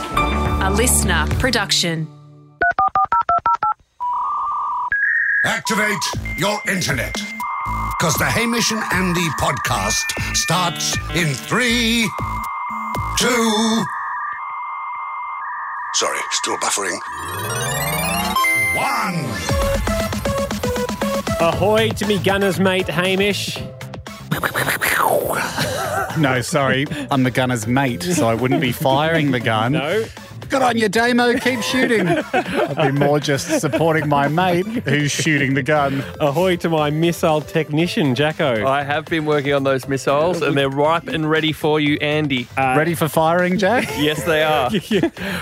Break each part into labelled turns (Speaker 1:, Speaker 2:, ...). Speaker 1: A listener production.
Speaker 2: Activate your internet. Because the Hamish and Andy podcast starts in three, two. Sorry, still buffering. One.
Speaker 3: Ahoy to me gunners, mate Hamish.
Speaker 4: No, sorry. I'm the gunner's mate, so I wouldn't be firing the gun.
Speaker 3: No.
Speaker 4: Good on you, Damo. Keep shooting. I'd be more just supporting my mate who's shooting the gun.
Speaker 3: Ahoy to my missile technician, Jacko.
Speaker 5: I have been working on those missiles, and they're ripe and ready for you, Andy.
Speaker 3: Uh,
Speaker 4: Ready for firing, Jack?
Speaker 5: yes, they are.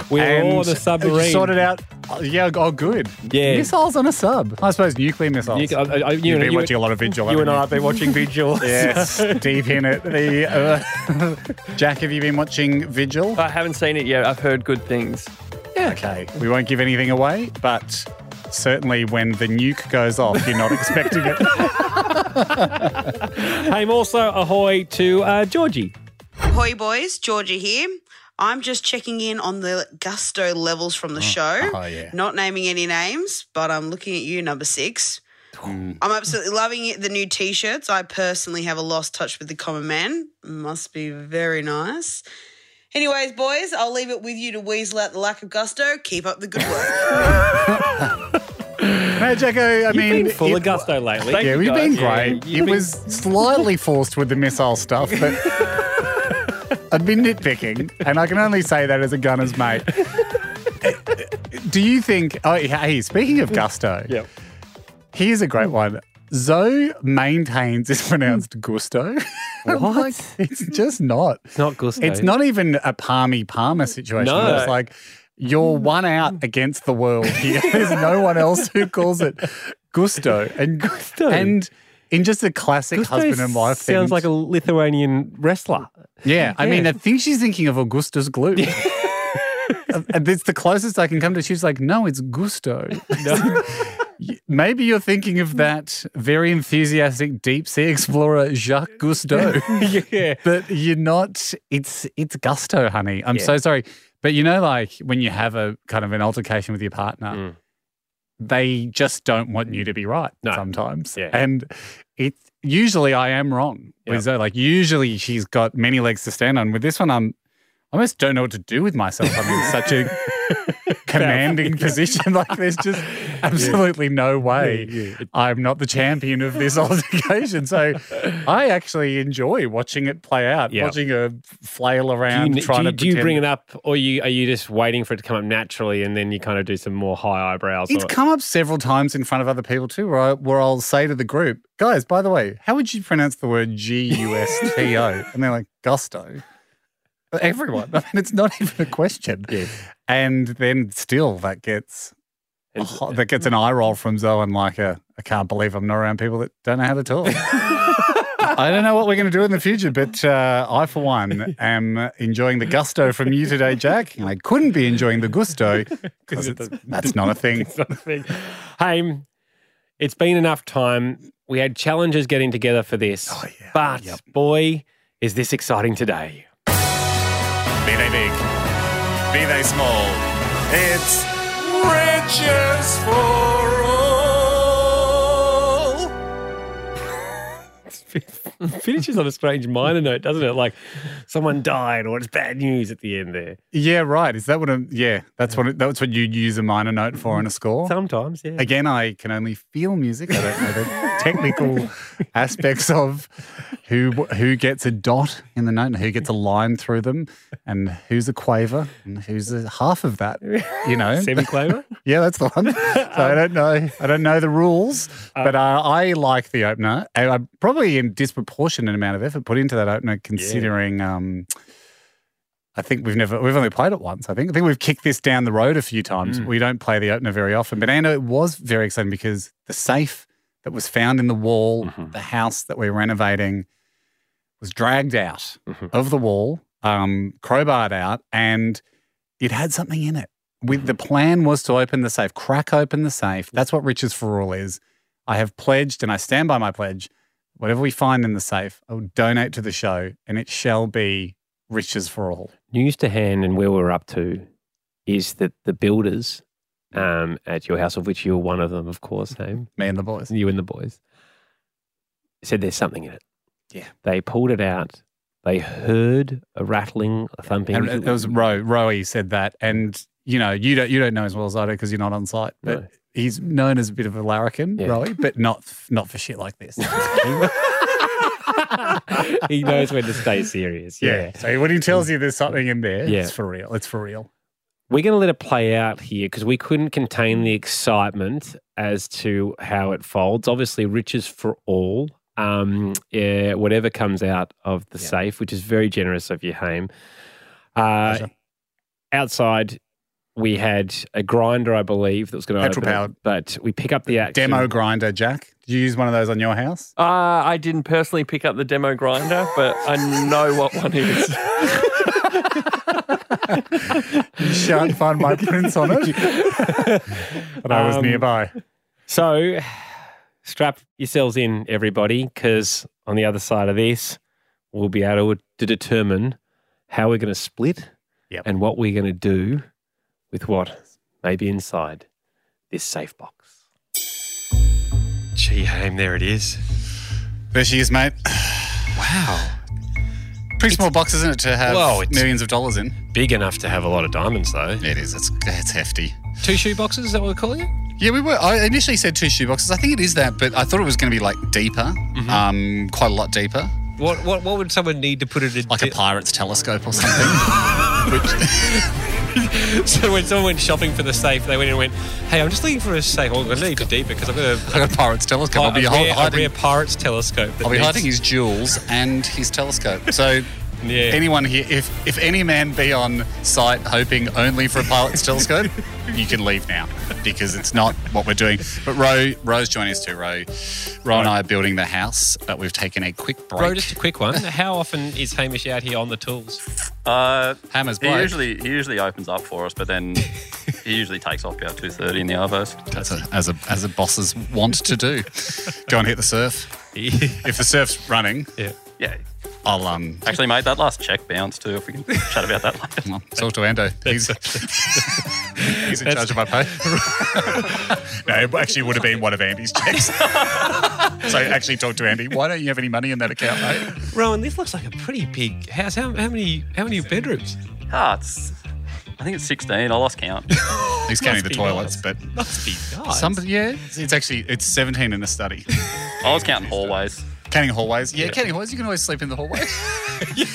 Speaker 3: We're
Speaker 4: And
Speaker 3: all on a
Speaker 4: You
Speaker 3: submarine.
Speaker 4: sorted out. oh, Yeah, oh, good.
Speaker 3: Yeah.
Speaker 4: Missiles on a sub. I suppose nuclear missiles.
Speaker 3: You, I, I, you
Speaker 4: You've
Speaker 3: and-
Speaker 4: been
Speaker 3: you-
Speaker 4: watching a lot of Vigil.
Speaker 3: You and I have
Speaker 4: haven't
Speaker 3: been watching Vigil.
Speaker 4: you? Yes, deep in it. The, uh, Jack, have you been watching Vigil?
Speaker 5: I haven't seen it yet. I've heard good things.
Speaker 4: Yeah, okay. We won't give anything away, but certainly when the nuke goes off, you're not expecting it.
Speaker 3: I'm also ahoy to uh, Georgie.
Speaker 6: Hoi boys, Georgia here. I'm just checking in on the gusto levels from the show.
Speaker 4: oh, yeah.
Speaker 6: Not naming any names, but I'm looking at you, number six.
Speaker 4: Mm.
Speaker 6: I'm absolutely loving it, the new t shirts. I personally have a lost touch with the common man. Must be very nice. Anyways, boys, I'll leave it with you to weasel out the lack of gusto. Keep up the good work.
Speaker 4: No, Jacko, I
Speaker 3: You've
Speaker 4: mean,
Speaker 3: been full
Speaker 4: it-
Speaker 3: of gusto lately.
Speaker 4: Yeah,
Speaker 5: you,
Speaker 4: we've been
Speaker 5: guys. Yeah,
Speaker 4: great.
Speaker 5: you've
Speaker 4: it
Speaker 5: been-
Speaker 4: was slightly forced with the missile stuff, but I've been nitpicking, and I can only say that as a gunner's mate. Do you think? Oh, hey, speaking of gusto,
Speaker 3: Yep.
Speaker 4: here's a great one. Zoe maintains it's pronounced gusto. What? it's just not.
Speaker 3: It's not gusto.
Speaker 4: It's not even a palmy palmer situation.
Speaker 3: No.
Speaker 4: It's like you're one out against the world here. There's no one else who calls it gusto. And
Speaker 3: Gusto.
Speaker 4: And in just a classic
Speaker 3: Gusto
Speaker 4: husband and wife thing.
Speaker 3: Sounds like a Lithuanian wrestler.
Speaker 4: Yeah. I mean,
Speaker 3: Yeah.
Speaker 4: I think she's thinking of Augusta's glue. Uh, and it's the closest I can come to. She's like, no, it's gusto. Maybe you're thinking of that very enthusiastic deep sea explorer Jacques Gusteau.
Speaker 3: yeah.
Speaker 4: But you're not. It's it's gusto, honey. I'm so sorry. But you know, like when you have a kind of an altercation with your partner, they just don't want you to be right
Speaker 3: Mm. No.
Speaker 4: sometimes.
Speaker 3: Yeah.
Speaker 4: And it usually I am wrong
Speaker 3: Yeah.
Speaker 4: with Zoe. Like usually she's got many legs to stand on. With this one, I'm I almost don't know what to do with myself. I'm in such a commanding position. Like there's just absolutely no way
Speaker 3: Yeah, yeah.
Speaker 4: I'm not the champion of this altercation. So I actually enjoy watching it play out,
Speaker 3: Yeah.
Speaker 4: watching her flail
Speaker 3: Do you,
Speaker 4: around,
Speaker 3: do
Speaker 4: trying
Speaker 3: you-
Speaker 4: to
Speaker 3: do you bring
Speaker 4: pretend-
Speaker 3: it up, or you are you just waiting for it to come up naturally, and then you kind of do some more high eyebrows?
Speaker 4: It's
Speaker 3: or-
Speaker 4: come up several times in front of other people too, where, I, where I'll say to the group, guys, by the way, how would you pronounce the word G U S T O? And they're like, gusto. Everyone. I mean, it's not even a question.
Speaker 3: Yeah.
Speaker 4: And then still that gets
Speaker 3: And-
Speaker 4: oh, that gets an eye roll from Zoe and like a I can't believe I'm not around people that don't know how to talk. I don't know what we're going to do in the future, but uh, I, for one, am enjoying the gusto from you today, Jack. And I couldn't be enjoying the gusto because that's not a thing.
Speaker 3: sort of thing. Hey, it's been enough time. We had challenges getting together for this.
Speaker 4: Oh, yeah.
Speaker 3: But
Speaker 4: Yep.
Speaker 3: boy, is this exciting today.
Speaker 4: Be they big, be they small, it's riches for all.
Speaker 3: Finishes on a strange minor note, doesn't it? Like someone died or it's bad news at the end there.
Speaker 4: Yeah, right. Is that what? I'm, yeah, that's what. That's what you'd use a minor note for on a score.
Speaker 3: Sometimes, yeah.
Speaker 4: Again, I can only feel music. I don't know the technical aspects of who who gets a dot in the note and who gets a line through them, and who's a quaver and who's a half of that. You know,
Speaker 3: Semi-clover?
Speaker 4: yeah, that's the one. So I don't know. I don't know the rules, but uh, I like the opener, and I probably in disproportionate amount of effort put into that opener, considering. Um, I think we've never we've only played it once. I think I think we've kicked this down the road a few times. We don't play the opener very often, but Anna, it was very exciting because the safe that was found in the
Speaker 3: Mm.
Speaker 4: wall,
Speaker 3: Mm-hmm.
Speaker 4: of the house that we're renovating, was dragged out of the wall, um, crowbarred out, and it had something in it. With the plan was to open the safe, crack open the safe. That's what Riches for All is. I have pledged, and I stand by my pledge. Whatever we find in the safe, I will donate to the show, and it shall be riches for all.
Speaker 3: News to hand and where we're up to. is that the builders um, at your house, of which you're one of them, of course, Hame,
Speaker 4: Me and the boys.
Speaker 3: you and the boys, said there's something in it.
Speaker 4: Yeah.
Speaker 3: They pulled it out. They heard a rattling, a thumping.
Speaker 4: And it was Ro. Roe said that, and you know you don't you don't know as well as I do because you're not on site. But
Speaker 3: No.
Speaker 4: he's known as a bit of a larrikin,
Speaker 3: Yeah.
Speaker 4: Roe, but not not for shit like this.
Speaker 3: he knows when to stay serious.
Speaker 4: yeah. So when he tells you there's something in there,
Speaker 3: Yeah.
Speaker 4: it's for real. It's for real.
Speaker 3: We're going to let it play out here because we couldn't contain the excitement as to how it folds. Obviously, riches for all. Um, yeah, whatever comes out of the safe, which is very generous of you, Haim. Uh,
Speaker 4: Pleasure.
Speaker 3: outside, we had a grinder, I believe, that was going to open. it,
Speaker 4: Petrol-powered.
Speaker 3: but we pick up the action.
Speaker 4: Demo grinder, Jack. Did you use one of those on your house?
Speaker 5: Uh, I didn't personally pick up the demo grinder, but I know what one is.
Speaker 4: You shan't find my prints on it. but I was
Speaker 3: Um,
Speaker 4: nearby.
Speaker 3: So, strap yourselves in, everybody, because on the other side of this, we'll be able to determine how we're going to split
Speaker 4: Yep.
Speaker 3: and what we're going to do with what may be inside this safe box. Gee, Haim, there it is.
Speaker 4: There she is, mate.
Speaker 3: Wow.
Speaker 4: Pretty small box, isn't it, to have
Speaker 3: Whoa, it's-
Speaker 4: millions of dollars in?
Speaker 3: Big enough to have a lot of diamonds, though.
Speaker 4: It is. It's, it's hefty.
Speaker 3: Two shoe boxes, is that what we're calling it?
Speaker 4: Yeah, we were. I initially said two shoeboxes. I think it is that, but I thought it was going to be like deeper,
Speaker 3: Mm-hmm.
Speaker 4: um, quite a lot deeper,
Speaker 3: What, what, what would someone need to put it in?
Speaker 4: like a pirate's telescope or something.
Speaker 3: so when someone went shopping for the safe, they went in and went, hey, I'm just looking for a safe. I'm going to need to deeper because I've got a
Speaker 4: like a pirate's telescope. I'll be
Speaker 3: a,
Speaker 4: hi-
Speaker 3: rare, a rare
Speaker 4: hiding.
Speaker 3: pirate's telescope. that
Speaker 4: I'll be
Speaker 3: needs-
Speaker 4: hiding his jewels and his telescope. So.
Speaker 3: Yeah.
Speaker 4: Anyone here, if if any man be on site hoping only for a pilot's telescope, you can leave now because it's not what we're doing. But Ro, Ro's joining us too. Ro, Ro and I are building the house. But we've taken a quick break.
Speaker 3: Bro, just a quick one. How often is Hamish out here on the tools?
Speaker 7: Uh,
Speaker 4: Hammers
Speaker 7: he
Speaker 4: blow.
Speaker 7: usually he usually opens up for us, but then he usually takes off about two thirty in the arvos.
Speaker 4: That's a, as a as a bosses want to do. Go and hit the surf. If the surf's running,
Speaker 7: Yeah,
Speaker 4: I'll um
Speaker 7: actually, mate, that last check bounced too. If we can chat about that later.
Speaker 4: I'll talk to Ando. He's he's in charge of my pay. no, it actually would have been one of Andy's checks. so actually talk to Andy. Why don't you have any money in that account, mate?
Speaker 3: Rowan, this looks like a pretty big house. How, how many how many bedrooms?
Speaker 7: Ah, it's, I think it's sixteen. I lost count.
Speaker 4: He's counting the
Speaker 3: be
Speaker 4: toilets, but
Speaker 3: Must be nice.
Speaker 4: some yeah, it's actually it's seventeen in the study.
Speaker 7: I was counting hallways.
Speaker 4: Counting hallways, yeah, counting hallways. You can always sleep in the hallway.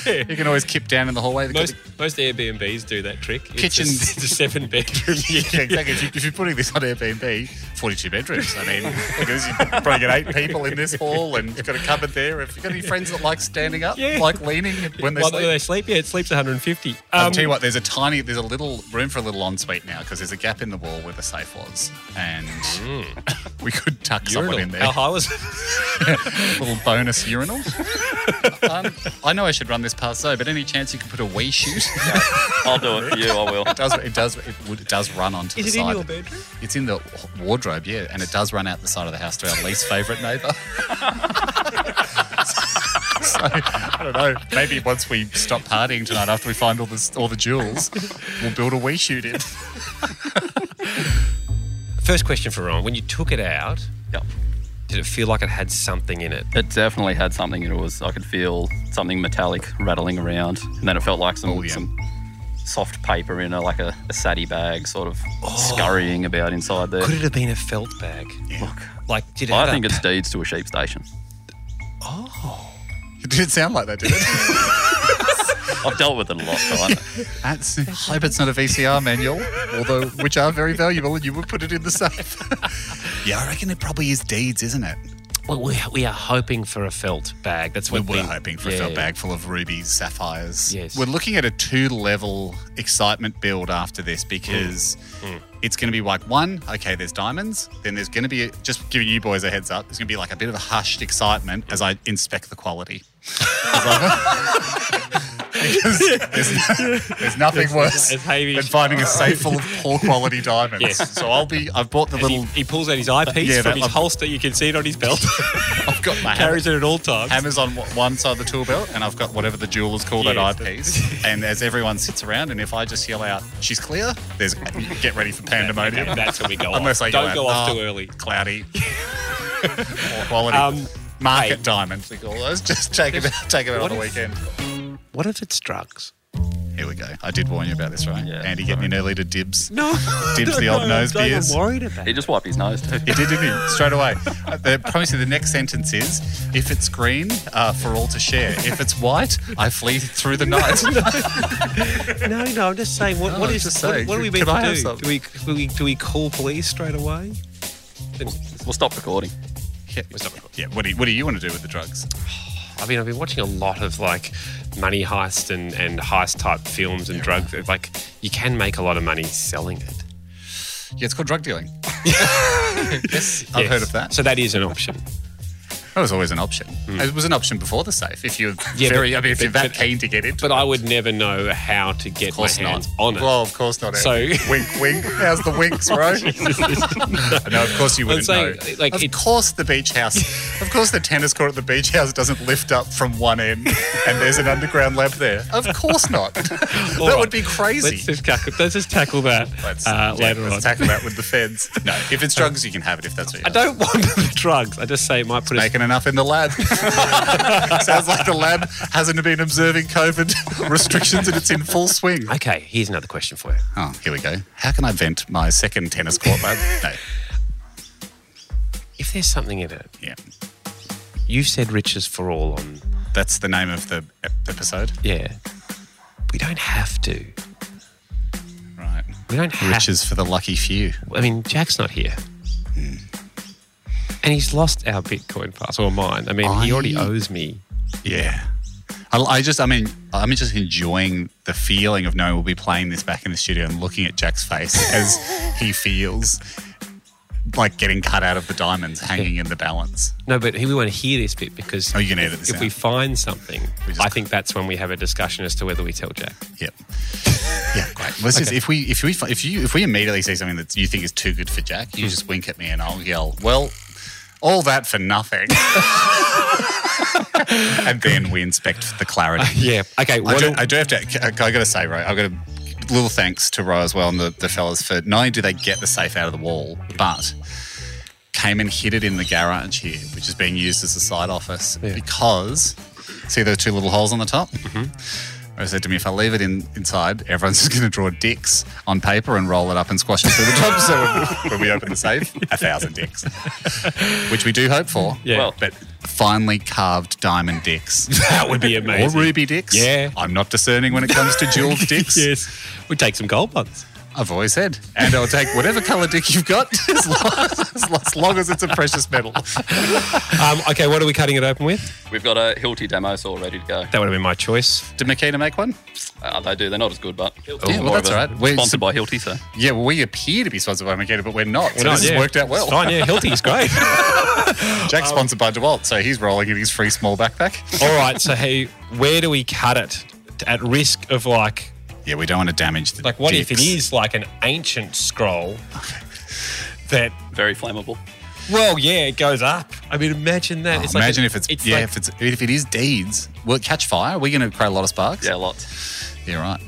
Speaker 3: yeah.
Speaker 4: You can always kip down in the hallway. The
Speaker 3: Most most Airbnbs do that trick. It's a-
Speaker 4: Kitchen-
Speaker 3: It's a, seven bedroom.
Speaker 4: Yeah, exactly. If, you, if you're putting this on Airbnb, 42 bedrooms. I mean, because you probably get eight people in this hall and you've got a cupboard there. If you've got any friends that like standing up,
Speaker 3: Yeah.
Speaker 4: like leaning when they
Speaker 3: While
Speaker 4: sleep.
Speaker 3: they sleep, yeah, it sleeps 150.
Speaker 4: I'll
Speaker 3: Um,
Speaker 4: tell you what, there's a tiny, there's a little room for a little ensuite now because there's a gap in the wall where the safe was. And we could tuck
Speaker 3: Mm. urinal.
Speaker 4: someone in there.
Speaker 3: How high was it?
Speaker 4: little bonus urinal. um, I know I should run this past though, but any chance you can put a wee shoot?
Speaker 7: I'll do it for you. I will.
Speaker 4: It does. It does. It, would, it does run onto the
Speaker 3: Is it
Speaker 4: side.
Speaker 3: in your bedroom?
Speaker 4: It's in the wardrobe, yeah, and it does run out the side of the house to our least favourite neighbour. so I don't know. Maybe once we stop partying tonight, after we find all the all the jewels, we'll build a wee shoot in.
Speaker 3: First question for Rowan. When you took it out,
Speaker 7: Yep.
Speaker 3: did it feel like it had something in it?
Speaker 7: It definitely had something. It was. I could feel something metallic rattling around, and then it felt like some
Speaker 4: Oh, yeah.
Speaker 7: some soft paper in a like a, a satty bag, sort of
Speaker 4: Oh.
Speaker 7: scurrying about inside there.
Speaker 3: Could it have been a felt bag? Like, did it have
Speaker 7: I
Speaker 3: a-
Speaker 7: think it's deeds to a sheep station.
Speaker 4: It didn't sound like that, did it?
Speaker 7: I've dealt with it a lot, so I know.
Speaker 4: That's, I hope it's not a VCR manual, although which are very valuable, and you would put it in the safe. yeah, I reckon it probably is deeds, isn't it?
Speaker 3: Well, we, we are hoping for a felt bag. That's
Speaker 4: We
Speaker 3: what
Speaker 4: were hoping for a
Speaker 3: yeah.
Speaker 4: felt bag full of rubies, sapphires.
Speaker 3: Yes.
Speaker 4: We're looking at a two level excitement build after
Speaker 3: Mm.
Speaker 4: this because it's going to be like one, okay, there's diamonds. Then there's going to be, just giving you boys a heads up, there's going to be like a bit of a hushed excitement as I inspect the quality. As I- because there's, there's nothing worse
Speaker 8: as Hamish-
Speaker 4: than finding a safe full of poor quality diamonds.
Speaker 8: Yes.
Speaker 4: So I'll be. I've bought the
Speaker 8: And
Speaker 4: little.
Speaker 8: he, he pulls out his eyepiece
Speaker 4: Yeah,
Speaker 8: from
Speaker 4: that-
Speaker 8: his holster. You can see it on his belt.
Speaker 4: I've got my hammer,
Speaker 8: Carries it at all times.
Speaker 4: hammers on w- one side of the tool belt, and I've got whatever the jewelers call that
Speaker 8: Yes.
Speaker 4: eyepiece. and as everyone sits around, and if I just yell out, "She's clear," there's get ready for pandemonium.
Speaker 8: Okay, that's when we go
Speaker 4: Unless
Speaker 8: off.
Speaker 4: I yell
Speaker 8: Don't
Speaker 4: out,
Speaker 8: go off
Speaker 4: "Ah,
Speaker 8: too early.
Speaker 4: Cloudy. poor quality.
Speaker 8: Um,
Speaker 4: Market
Speaker 8: hey.
Speaker 4: diamonds, we call those. Just take it, take it out on
Speaker 8: What
Speaker 4: the
Speaker 8: if-
Speaker 4: weekend.
Speaker 8: What if it's drugs?
Speaker 4: Here we go. I did warn you about this, right?
Speaker 7: Yeah,
Speaker 4: Andy getting in early to dibs.
Speaker 8: No.
Speaker 4: Dibs the old nose
Speaker 8: I'm
Speaker 4: beers.
Speaker 8: worried about
Speaker 7: He just wiped his nose too.
Speaker 4: He did, didn't he? Straight away. Uh, The, I promise you, the next sentence is if it's green, uh, for all to share. If it's white, I flee through the night.
Speaker 8: No, no, I'm just saying. What,
Speaker 4: No,
Speaker 8: what
Speaker 4: I'm
Speaker 8: is?
Speaker 4: just
Speaker 8: what-
Speaker 4: saying,
Speaker 8: what, are we
Speaker 4: could
Speaker 8: meant
Speaker 4: I
Speaker 8: to
Speaker 4: have
Speaker 8: do?
Speaker 9: Ah.
Speaker 4: some?
Speaker 8: Do we, do we do we call police straight away?
Speaker 7: We'll stop recording.
Speaker 4: yeah, yeah, what, do you, what do you want to do with the drugs?
Speaker 9: I mean, I've been watching a lot of like money heist and, and heist type films and drugs. Like, you can make a lot of money selling it.
Speaker 4: Yeah, it's called drug dealing. yes, I've
Speaker 9: Yes.
Speaker 4: heard of that.
Speaker 9: So that is an option.
Speaker 4: That was always an option.
Speaker 8: Hmm.
Speaker 4: It was an option before the safe. If you're
Speaker 9: Yeah,
Speaker 4: very,
Speaker 9: but-
Speaker 4: I mean, if
Speaker 9: but-
Speaker 4: you're that
Speaker 9: but-
Speaker 4: keen to get into
Speaker 9: But
Speaker 4: it.
Speaker 9: I would never know how to get
Speaker 4: Of
Speaker 9: my
Speaker 4: course
Speaker 9: hands
Speaker 4: not.
Speaker 9: on it.
Speaker 4: Well, of course not.
Speaker 9: So-
Speaker 4: Andy. wink, wink. How's the winks, bro? no, of course you
Speaker 9: I'm
Speaker 4: wouldn't
Speaker 9: saying,
Speaker 4: know.
Speaker 9: like,
Speaker 4: of
Speaker 9: it-
Speaker 4: course the beach house. of course the tennis court at the beach house doesn't lift up from one end, and there's an underground lab there. Of course not. that
Speaker 9: All right.
Speaker 4: would be crazy.
Speaker 9: Let's just tackle, let's just tackle that
Speaker 4: Let's-
Speaker 9: uh,
Speaker 4: yeah,
Speaker 9: later
Speaker 4: let's
Speaker 9: on.
Speaker 4: tackle that with the feds. No, if it's drugs, you can have it. If that's what you
Speaker 9: I don't want the drugs. I just say it might put us.
Speaker 4: Making enough in the lab. Sounds like the lab hasn't been observing COVID restrictions and it's in full swing.
Speaker 9: Okay, here's another question for you.
Speaker 4: Oh, here we go. How can I vent my second tennis court lab? No.
Speaker 9: If there's something in it,
Speaker 4: Yeah.
Speaker 9: you said riches for all on.
Speaker 4: That's the name of the ep- episode.
Speaker 9: Yeah. We don't have to.
Speaker 4: Right.
Speaker 9: We don't have
Speaker 4: Riches for the lucky few.
Speaker 9: I mean, Jack's not here.
Speaker 4: Hmm.
Speaker 9: And he's lost our Bitcoin pass or mine. I mean, he already
Speaker 4: I-
Speaker 9: owes me.
Speaker 4: Yeah. I, I just, I mean, I'm just enjoying the feeling of knowing we'll be playing this back in the studio and looking at Jack's face as he feels like getting cut out of the diamonds hanging in the balance.
Speaker 9: No, but he- we want to hear this bit because
Speaker 4: Oh, you can edit this
Speaker 9: if
Speaker 4: out.
Speaker 9: we find something,
Speaker 4: We just-
Speaker 9: I think that's when we have a discussion as to whether we tell Jack.
Speaker 4: Yep. Yeah, great. Let's just if we if we if you if we immediately see something that you think is too good for Jack, you just wink at me and I'll yell, "Well, all that for nothing." and then we inspect the clarity.
Speaker 9: Yeah. Okay.
Speaker 4: I
Speaker 9: What
Speaker 4: do,
Speaker 9: do-
Speaker 4: I do have to. I I gotta say, right, I got a little thanks to Roy as well and the, the fellas for not only do they get the safe out of the wall, but came and hid it in the garage here, which is being used as a side office because see those two little holes on the top.
Speaker 9: Mm-hmm.
Speaker 4: Roy said to me, if I leave it in inside, everyone's just going to draw dicks on paper and roll it up and squash it through the top. So when we open the safe, a thousand dicks, which we do hope for.
Speaker 9: Yeah. Well-
Speaker 4: but finely carved diamond dicks.
Speaker 9: that would be amazing.
Speaker 4: Or ruby dicks.
Speaker 9: Yeah.
Speaker 4: I'm not discerning when it comes to jeweled dicks.
Speaker 9: yes. We take some gold ones.
Speaker 4: I've always said. And I'll take whatever colour dick you've got as long as, as long as it's a precious metal.
Speaker 9: Um, okay. What are we cutting it open with?
Speaker 7: We've got a Hilti demo all ready to go.
Speaker 9: That would have been my choice.
Speaker 4: Did Makita make one?
Speaker 7: Uh, they do. They're not as good, but
Speaker 4: well,
Speaker 7: More of
Speaker 4: that's
Speaker 7: a-
Speaker 4: all right. We're-
Speaker 7: sponsored by Hilti, so
Speaker 4: Yeah, well, we appear to be sponsored by Makita, but we're not. So
Speaker 9: We're not,
Speaker 4: this
Speaker 9: yeah.
Speaker 4: has worked out well.
Speaker 9: It's fine. Yeah. Hilti's great.
Speaker 4: Jack's sponsored by DeWalt, so he's rolling in his free small backpack.
Speaker 9: All right. So, hey, where do we cut it at risk of like
Speaker 4: yeah, we don't want to damage the
Speaker 9: Like, what if it
Speaker 4: dicks.
Speaker 9: is like an ancient scroll that,
Speaker 7: very flammable.
Speaker 9: well, yeah, it goes up? I mean, imagine that.
Speaker 4: Oh,
Speaker 9: It's like
Speaker 4: imagine
Speaker 9: an-
Speaker 4: if it's, yeah,
Speaker 9: like-
Speaker 4: if it's if it is deeds, will it catch fire? We're going to create a lot of sparks.
Speaker 7: Yeah, lots.
Speaker 4: yeah, right.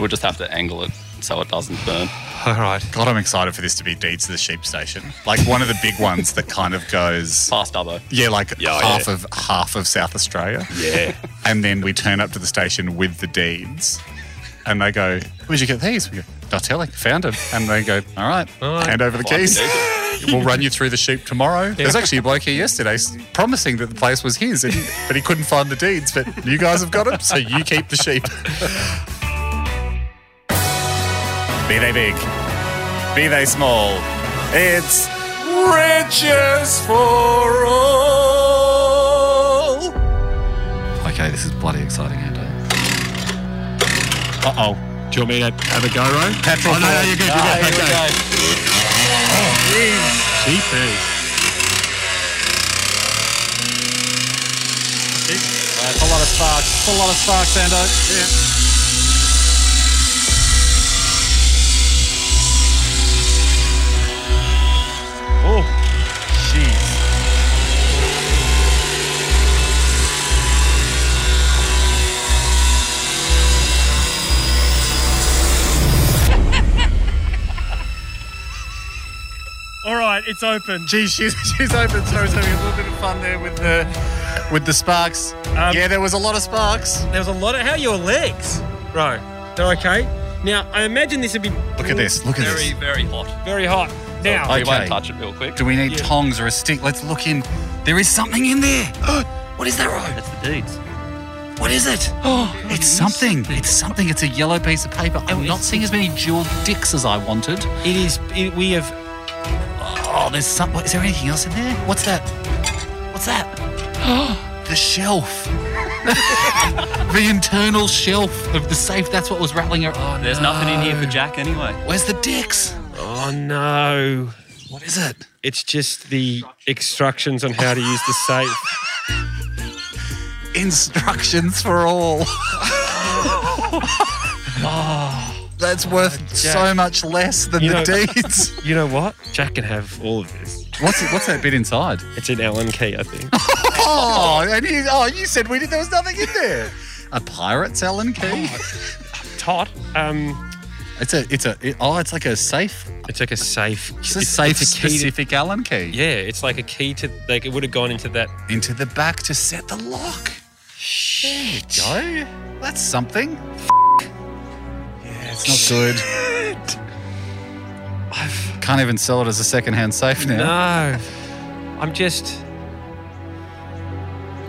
Speaker 7: We'll just have to angle it so it doesn't burn.
Speaker 9: all right.
Speaker 4: God, I'm excited for this to be Deeds to the Sheep Station. Like one of the big ones that kind of goes,
Speaker 7: Fast Dubbo.
Speaker 4: yeah, like
Speaker 9: Yeah,
Speaker 4: half
Speaker 9: yeah.
Speaker 4: of half of South Australia.
Speaker 9: Yeah.
Speaker 4: And then we turn up to the station with the deeds, and they go, "Where'd you get these?" We go, "Not telling. Found them." And they go, "All right,
Speaker 9: All right.
Speaker 4: hand over the keys. we'll run you through the sheep tomorrow." There's actually a bloke here yesterday s- promising that the place was his, and, but he couldn't find the deeds. But you guys have got them, so you keep the sheep. Be they big, be they small, it's riches for all.
Speaker 7: Okay, this is bloody exciting, Ando.
Speaker 4: Uh oh.
Speaker 8: Do you want me to have a go, Ro?
Speaker 4: Petrol. Oh, no, no, you're good. You're good. Okay.
Speaker 8: Jeepers.
Speaker 4: That's a lot of sparks. That's a lot of sparks, Sando. Yeah.
Speaker 5: Oh, jeez.
Speaker 10: All right, it's open.
Speaker 4: Geez, she's, she's open. So I was having a little bit of fun there with the with the sparks. yeah, there was a lot of sparks.
Speaker 10: There was a lot of. How are your legs, bro? They're okay. Now I imagine this would be
Speaker 4: Look at this. Look at
Speaker 7: Very,
Speaker 4: this.
Speaker 7: very hot.
Speaker 10: very hot. Now
Speaker 7: Oh, you
Speaker 4: Okay.
Speaker 7: won't touch it real quick.
Speaker 4: Do we need tongs or a stick? Let's look in. There is something in there. what is that, Ryan?
Speaker 7: That's the deeds.
Speaker 4: What is it? Oh, it's something. It's something. It's a yellow piece of paper. I'm not seeing as many jeweled dicks as I wanted.
Speaker 10: it is. It, we have.
Speaker 4: Oh, there's some. What, is there anything else in there? What's that? What's that? the shelf. the internal shelf of the safe. That's what was rattling her. Oh,
Speaker 7: There's
Speaker 4: no.
Speaker 7: nothing in here for Jack anyway.
Speaker 4: Where's the dicks?
Speaker 10: Oh no!
Speaker 4: What is it?
Speaker 10: It's just the instructions on how to use the safe.
Speaker 4: Instructions for all. That's worth so much less than
Speaker 10: You
Speaker 4: the
Speaker 10: know-
Speaker 4: deeds.
Speaker 10: You know what? Jack can have all of this.
Speaker 4: What's it, what's that bit inside?
Speaker 10: It's an Allen key, I think.
Speaker 4: Oh, and you, oh, you said we did. There was nothing in there. A pirate's Allen key.
Speaker 10: Todd, um,
Speaker 4: It's a. It's a. it- oh, it's like a safe.
Speaker 10: it's like a safe.
Speaker 4: It's a safe
Speaker 10: it's key to-
Speaker 4: specific Allen key.
Speaker 10: yeah, it's like a key to like it would have gone into that.
Speaker 4: Into the back to set the lock. Shit. Go. That's something. Yeah, it's not good.
Speaker 10: I've,
Speaker 4: Can't even sell it as a secondhand safe now.
Speaker 10: no, I'm just.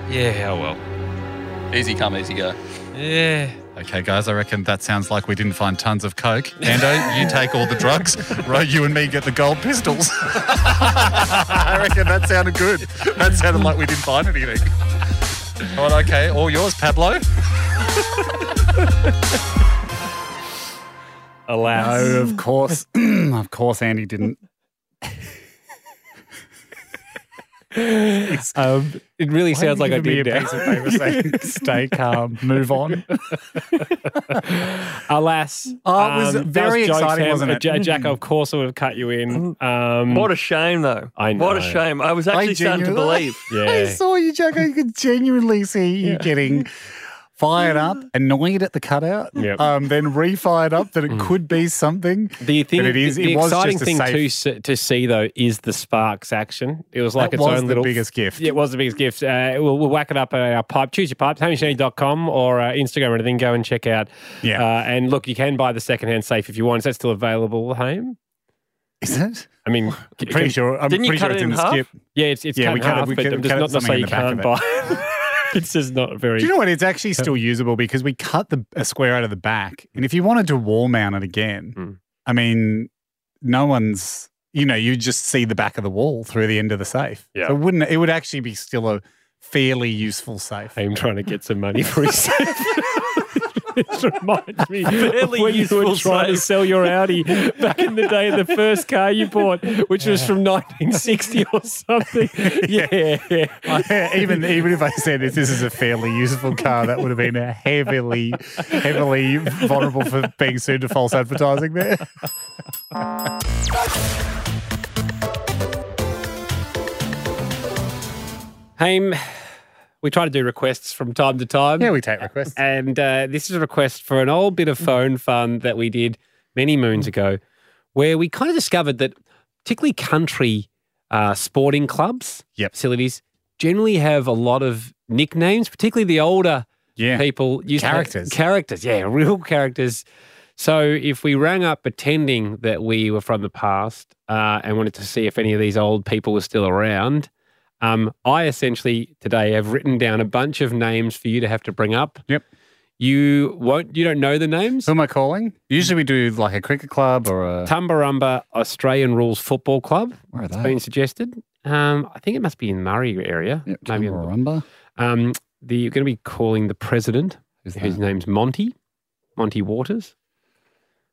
Speaker 10: Yeah, oh well.
Speaker 7: Easy come, easy go.
Speaker 10: Yeah.
Speaker 4: Okay, guys, I reckon that sounds like we didn't find tons of coke. Ando, you take all the drugs. Right, you and me get the gold pistols. I reckon that sounded good. That sounded like we didn't find anything. All right, okay, all yours, Pablo.
Speaker 3: Alas.
Speaker 4: Oh, of course. of course, Andy didn't.
Speaker 3: Um, it really sounds like I did now.
Speaker 4: stay calm, move on.
Speaker 3: Alas. um,
Speaker 4: Oh, it was very
Speaker 3: jokes,
Speaker 4: exciting,
Speaker 3: Ham.
Speaker 4: wasn't it?
Speaker 3: Ja-
Speaker 4: Mm.
Speaker 3: Jack, of course I would have cut you in. Um,
Speaker 5: What a shame, though.
Speaker 3: I
Speaker 5: What a
Speaker 3: know.
Speaker 5: shame. I was actually starting to
Speaker 4: genuinely-
Speaker 5: believe.
Speaker 4: I
Speaker 3: yeah.
Speaker 4: saw you, Jack. I could genuinely see you getting fired up, annoyed at the cutout,
Speaker 3: Yep.
Speaker 4: um, then refired up that it could be something.
Speaker 3: The thing,
Speaker 4: But it is-
Speaker 3: the,
Speaker 4: it was
Speaker 3: exciting
Speaker 4: just a
Speaker 3: thing
Speaker 4: safe-
Speaker 3: to s- to see though is the Sparks action. It was like
Speaker 4: That
Speaker 3: its
Speaker 4: was
Speaker 3: own
Speaker 4: the
Speaker 3: little
Speaker 4: biggest gift.
Speaker 3: It was the biggest gift. Uh, we'll, we'll whack it up at our pipe. Choose your pipe, com or uh, Instagram or anything. Go and check out.
Speaker 4: Yeah.
Speaker 3: Uh, and look, you can buy the secondhand safe if you want. Is that still available, Hame?
Speaker 4: Is it?
Speaker 3: I mean,
Speaker 4: I'm pretty sure. I'm
Speaker 5: Didn't you
Speaker 4: pretty sure
Speaker 5: cut
Speaker 4: it's
Speaker 5: it
Speaker 4: in
Speaker 5: in
Speaker 4: the
Speaker 5: half?
Speaker 4: skip.
Speaker 3: Yeah, it's it's
Speaker 4: Yeah,
Speaker 3: cut
Speaker 4: we
Speaker 3: in
Speaker 4: cut it-
Speaker 3: half,
Speaker 4: we
Speaker 3: but
Speaker 4: cut-
Speaker 3: I'm
Speaker 4: cut
Speaker 3: just
Speaker 4: it
Speaker 3: not to
Speaker 4: something
Speaker 3: say
Speaker 4: in
Speaker 3: you
Speaker 4: the back of
Speaker 3: can't buy. it. it's just not very.
Speaker 4: Do you know what? It's actually still usable because we cut the a square out of the back, and if you wanted to wall mount it again,
Speaker 3: Mm.
Speaker 4: I mean, no one's. You know, you just see the back of the wall through the end of the safe.
Speaker 3: Yeah.
Speaker 4: So it wouldn't. It would actually be still a fairly useful safe.
Speaker 3: I'm trying to get some money for his safe. This reminds me of
Speaker 5: Fairly
Speaker 3: when you were
Speaker 5: useful
Speaker 3: trying to
Speaker 5: safe.
Speaker 3: sell your Audi back in the day, the first car you bought, which was from 1960 or something. Yeah.
Speaker 4: even even if I said this, this is a fairly useful car, that would have been a heavily, heavily vulnerable for being sued to false advertising there.
Speaker 3: Haim, we try to do requests from time to time.
Speaker 4: Yeah, we take requests.
Speaker 3: And uh, this is a request for an old bit of phone fun that we did many moons ago, where we kind of discovered that particularly country uh, sporting clubs,
Speaker 4: Yep.
Speaker 3: facilities, generally have a lot of nicknames, particularly the older
Speaker 4: Yeah.
Speaker 3: people. Used to have-
Speaker 4: Characters.
Speaker 3: characters, yeah, real characters. So if we rang up pretending that we were from the past uh, and wanted to see if any of these old people were still around, um, I essentially today have written down a bunch of names for you to have to bring up.
Speaker 4: Yep.
Speaker 3: You won't. You don't know the names.
Speaker 4: Who am I calling? Usually we do like a cricket club or a.
Speaker 3: Tumbarumba Australian Rules Football Club.
Speaker 4: Where are
Speaker 3: It's been suggested. Um, I think it must be in Murray area.
Speaker 4: Yep,
Speaker 3: maybe.
Speaker 4: Tumbarumba.
Speaker 3: Um, the, you're going to be calling the president,
Speaker 4: Who's
Speaker 3: whose
Speaker 4: that?
Speaker 3: name's Monty, Monty Waters.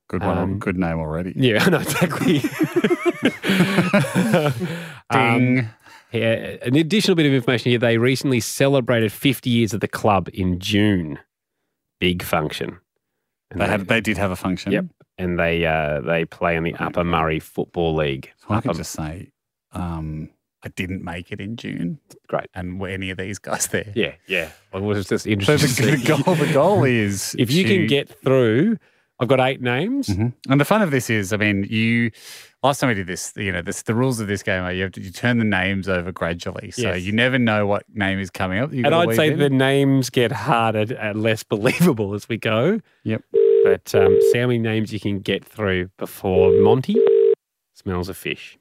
Speaker 4: Good one.
Speaker 3: um,
Speaker 4: good name already.
Speaker 3: Yeah, I know exactly. Um,
Speaker 4: Ding.
Speaker 3: Yeah, an additional bit of information here. They recently celebrated 50 years of the club in June. Big function.
Speaker 4: They had- they did have a function.
Speaker 3: Yep. And they uh, they play in the Upper Murray Football League.
Speaker 4: I can just say, um, I didn't make it in June.
Speaker 3: Great.
Speaker 4: And were any of these guys there?
Speaker 3: Yeah, yeah. I was just
Speaker 4: So
Speaker 3: interested.
Speaker 4: the,
Speaker 3: to
Speaker 4: the
Speaker 3: see.
Speaker 4: goal, the goal is
Speaker 3: If you can
Speaker 4: to-
Speaker 3: get through, I've got eight names.
Speaker 4: And the fun of this is, I mean, you last time we did this, you know, this, the rules of this game are you have to you turn the names over gradually, so
Speaker 3: Yes.
Speaker 4: you never know what name is coming up.
Speaker 3: and I'd say the names get harder and less believable as we go.
Speaker 4: Yep.
Speaker 3: But um, see how many names you can get through before Monty smells a fish.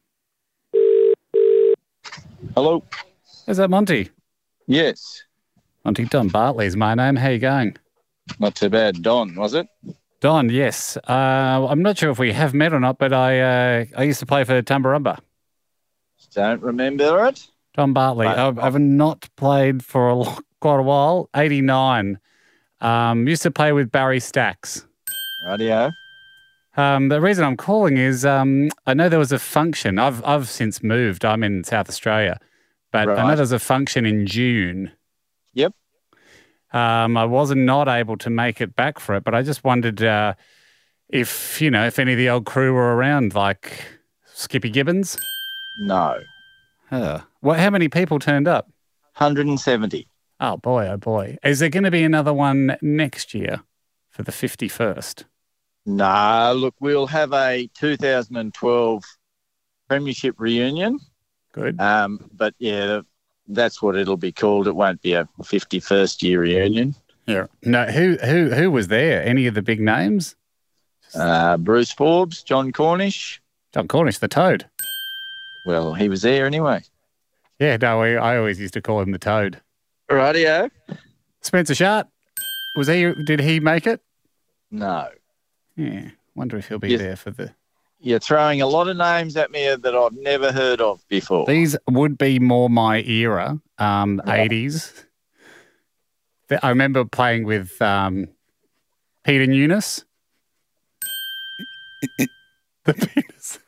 Speaker 11: Hello.
Speaker 4: Is that Monty?
Speaker 11: Yes.
Speaker 4: Monty Don Bartley is my name. How you going?
Speaker 11: Not too bad. Don, was it?
Speaker 4: Don, yes. Uh, I'm not sure if we have met or not, but I uh, I used to play for Tumbarumba.
Speaker 11: Don't remember it.
Speaker 4: Don Bartley. I've, I've not played for a, lo- quite a while. 89. Um, used to play with Barry Stacks.
Speaker 11: Radio.
Speaker 4: Um, the reason I'm calling is um, I know there was a function. I've I've since moved. I'm in South Australia, but I know
Speaker 11: Right.
Speaker 4: there's a function in June.
Speaker 11: Yep.
Speaker 4: Um, I was not able to make it back for it, but I just wondered uh, if you know if any of the old crew were around, like Skippy Gibbons.
Speaker 11: No.
Speaker 4: Huh. Well, how many people turned up?
Speaker 11: 170.
Speaker 4: Oh boy, oh boy. Is there going to be another one next year for the 51st?
Speaker 11: Nah, look, we'll have a 2012 Premiership reunion.
Speaker 4: Good.
Speaker 11: Um, but yeah, that's what it'll be called. It won't be a 51st year reunion.
Speaker 4: Yeah. No, who who who was there? Any of the big names?
Speaker 11: Uh, Bruce Forbes, John Cornish.
Speaker 4: John Cornish, the Toad.
Speaker 11: Well, he was there anyway.
Speaker 4: Yeah, no, I, I always used to call him the Toad.
Speaker 11: Radio.
Speaker 4: Spencer Shart, was he? Did he make it?
Speaker 11: No.
Speaker 4: Yeah, wonder if he'll be
Speaker 11: Yes.
Speaker 4: there for the.
Speaker 11: You're throwing a lot of names at me that I've never heard of before.
Speaker 4: These would be more my era, um, eighties. Th- I remember playing with um, Peter Nunes. the penis.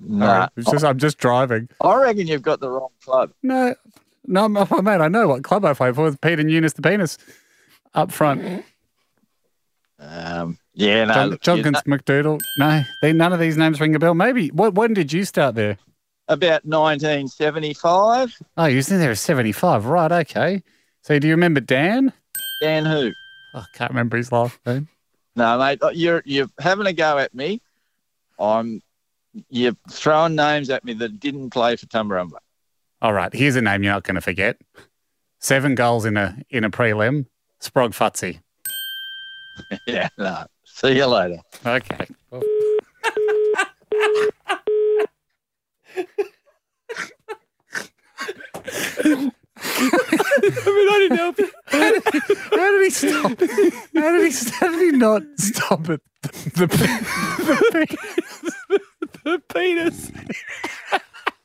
Speaker 11: Nah.
Speaker 4: it's just, I'm just driving.
Speaker 11: I reckon you've got the wrong club.
Speaker 4: No, no, I'm- oh, mate, I know what club I play for. It's Peter Nunes, the penis, up front.
Speaker 11: Um, yeah, no.
Speaker 4: John,
Speaker 11: look, you-
Speaker 4: Johnkins, McDoodle. No, they, none of these names ring a bell. Maybe. What, when did you start there?
Speaker 11: about 1975.
Speaker 4: Oh, you was in there at 75. Right, okay. So do you remember Dan? Oh,
Speaker 11: Dan who?
Speaker 4: I can't remember his last name.
Speaker 11: No, mate, uh, you're you're having a go at me. I'm you're throwing names at me that didn't play for Tumbarumba.
Speaker 4: All right, here's a name you're not going to forget. Seven goals in a in a prelim. Sprog Futsy.
Speaker 11: yeah, no. See you later.
Speaker 4: Okay.
Speaker 10: I mean, I didn't help you.
Speaker 4: How did, how did he stop? How did he, how did he not stop at the, the,
Speaker 10: The penis.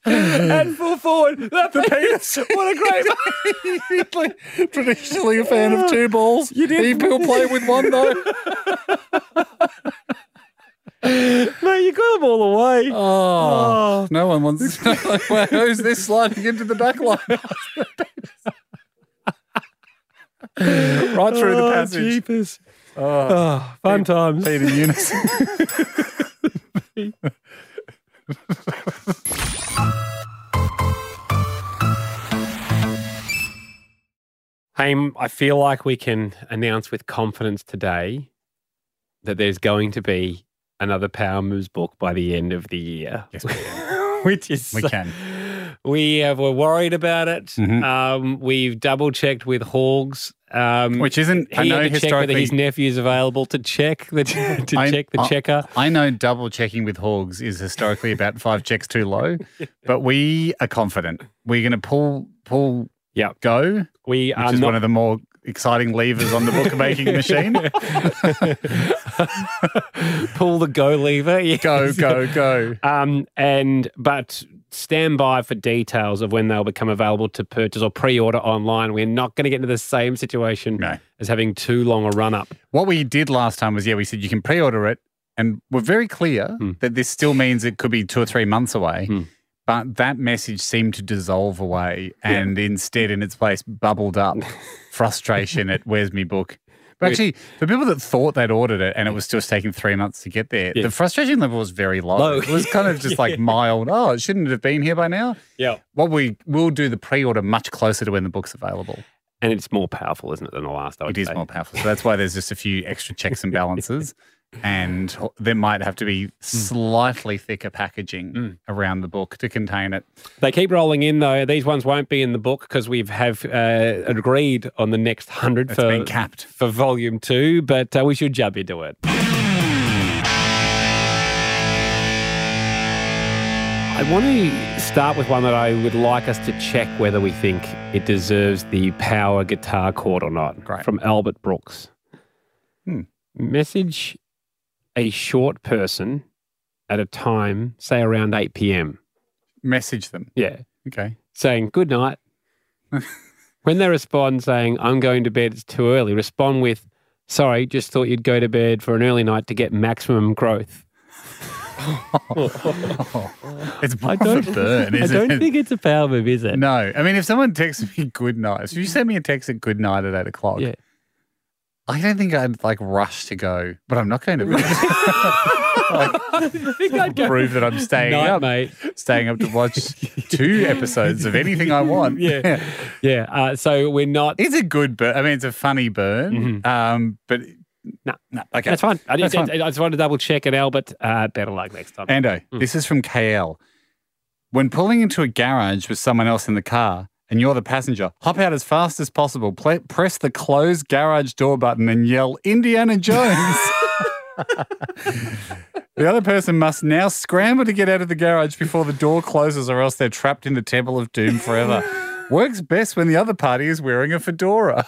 Speaker 10: and full forward. The, penis. What a great.
Speaker 4: the- traditionally a fan of two balls? You did. He will play with one, though.
Speaker 10: no, you got them all away.
Speaker 4: Oh, no one wants to know like, who's this sliding into the back line? right through the
Speaker 10: Oh,
Speaker 4: passage.
Speaker 10: jeepers.
Speaker 4: Oh,
Speaker 10: Oh, fun times.
Speaker 4: Peter Eunice.
Speaker 3: Hey, I feel like we can announce with confidence today that there's going to be another Power Moves book by the end of the year.
Speaker 4: Yes, we can.
Speaker 3: Which is
Speaker 4: We can.
Speaker 3: we have, were worried about it.
Speaker 4: Mhm.
Speaker 3: Um, we've double checked with Hogs. Um,
Speaker 4: Which isn't,
Speaker 3: he
Speaker 4: I know
Speaker 3: had to check whether
Speaker 4: historically.
Speaker 3: his nephew is available to check the to
Speaker 4: I-
Speaker 3: check the
Speaker 4: I-
Speaker 3: checker.
Speaker 4: I know double checking with hogs is historically about five checks too low, but we are confident. We're going to pull, pull,
Speaker 3: Yep.
Speaker 4: go, which
Speaker 3: We are
Speaker 4: is
Speaker 3: Uh, not
Speaker 4: one of the more exciting levers on the bookmaking machine.
Speaker 3: pull the go lever. yes.
Speaker 4: Go, go, go.
Speaker 3: Um, and but stand by for details of when they'll become available to purchase or pre-order online. We're not going to get into the same situation
Speaker 4: No.
Speaker 3: as having too long a run up.
Speaker 4: What we did last time was, yeah, we said you can
Speaker 3: Hmm.
Speaker 4: pre order it. And we're very clear that this still means it could be two or three months away. But that message seemed to dissolve away, and instead, in its place, bubbled up frustration at "Where's my book." But
Speaker 3: Which-
Speaker 4: actually, for people that thought they'd ordered it and it was just taking three months to get there,
Speaker 3: Yeah.
Speaker 4: the frustration level was very low.
Speaker 3: Low.
Speaker 4: It was kind of just like
Speaker 3: Yeah.
Speaker 4: mild. Oh, it shouldn't have been here by now.
Speaker 3: Yeah.
Speaker 4: What we will do the pre-order much closer to when the book's available.
Speaker 3: And it's more powerful, isn't it, than the last? I would
Speaker 4: It is
Speaker 3: say.
Speaker 4: more powerful. So that's why there's just a few extra checks and balances. and there might have to
Speaker 3: Hmm.
Speaker 4: be slightly thicker packaging around the book to contain it.
Speaker 3: They keep rolling in though. These ones won't be in the book because we've have uh, agreed on the next hundred
Speaker 4: It's
Speaker 3: for
Speaker 4: been capped.
Speaker 3: for volume two. But uh, we should jump into it. I want to start with one that I would like us to check whether we think it deserves the power guitar chord or not.
Speaker 4: Great.
Speaker 3: From Albert Brooks.
Speaker 4: Hmm.
Speaker 3: Message a short person at a time, say around 8 p.m.
Speaker 4: Message them.
Speaker 3: Yeah
Speaker 4: Okay.
Speaker 3: saying good night. when they respond saying, I'm going to bed, it's too early, respond with, sorry, just thought you'd go to bed for an early night to get maximum growth.
Speaker 4: It's more
Speaker 3: Oh. I
Speaker 4: I
Speaker 3: don't,
Speaker 4: a burn,
Speaker 3: I
Speaker 4: isn't
Speaker 3: don't
Speaker 4: it?
Speaker 3: think it's a power move, is it?
Speaker 4: no. I mean, if someone texts me good night, if you send me a text at good night at eight o'clock,
Speaker 3: Yeah.
Speaker 4: I don't think I'd like rush to go, but I'm not going to rush
Speaker 3: I think I'd
Speaker 4: to
Speaker 3: go,
Speaker 4: prove that I'm staying
Speaker 3: night,
Speaker 4: up,
Speaker 3: mate.
Speaker 4: staying up to watch two episodes of anything I want.
Speaker 3: Yeah. Yeah. Uh, so we're not.
Speaker 4: It's a good burn. I mean, it's a funny burn, um, but
Speaker 3: No.
Speaker 4: no, okay.
Speaker 3: That's fine. I,
Speaker 4: That's
Speaker 3: just, I, I just wanted to double check it, Albert. Uh, better luck next time.
Speaker 4: Ando, this is from KL. When pulling into a garage with someone else in the car and you're the passenger, hop out as fast as possible, pl- press the close garage door button and yell, Indiana Jones. the other person must now scramble to get out of the garage before the door closes or else they're trapped in the Temple of Doom forever. Works best when the other party is wearing a fedora.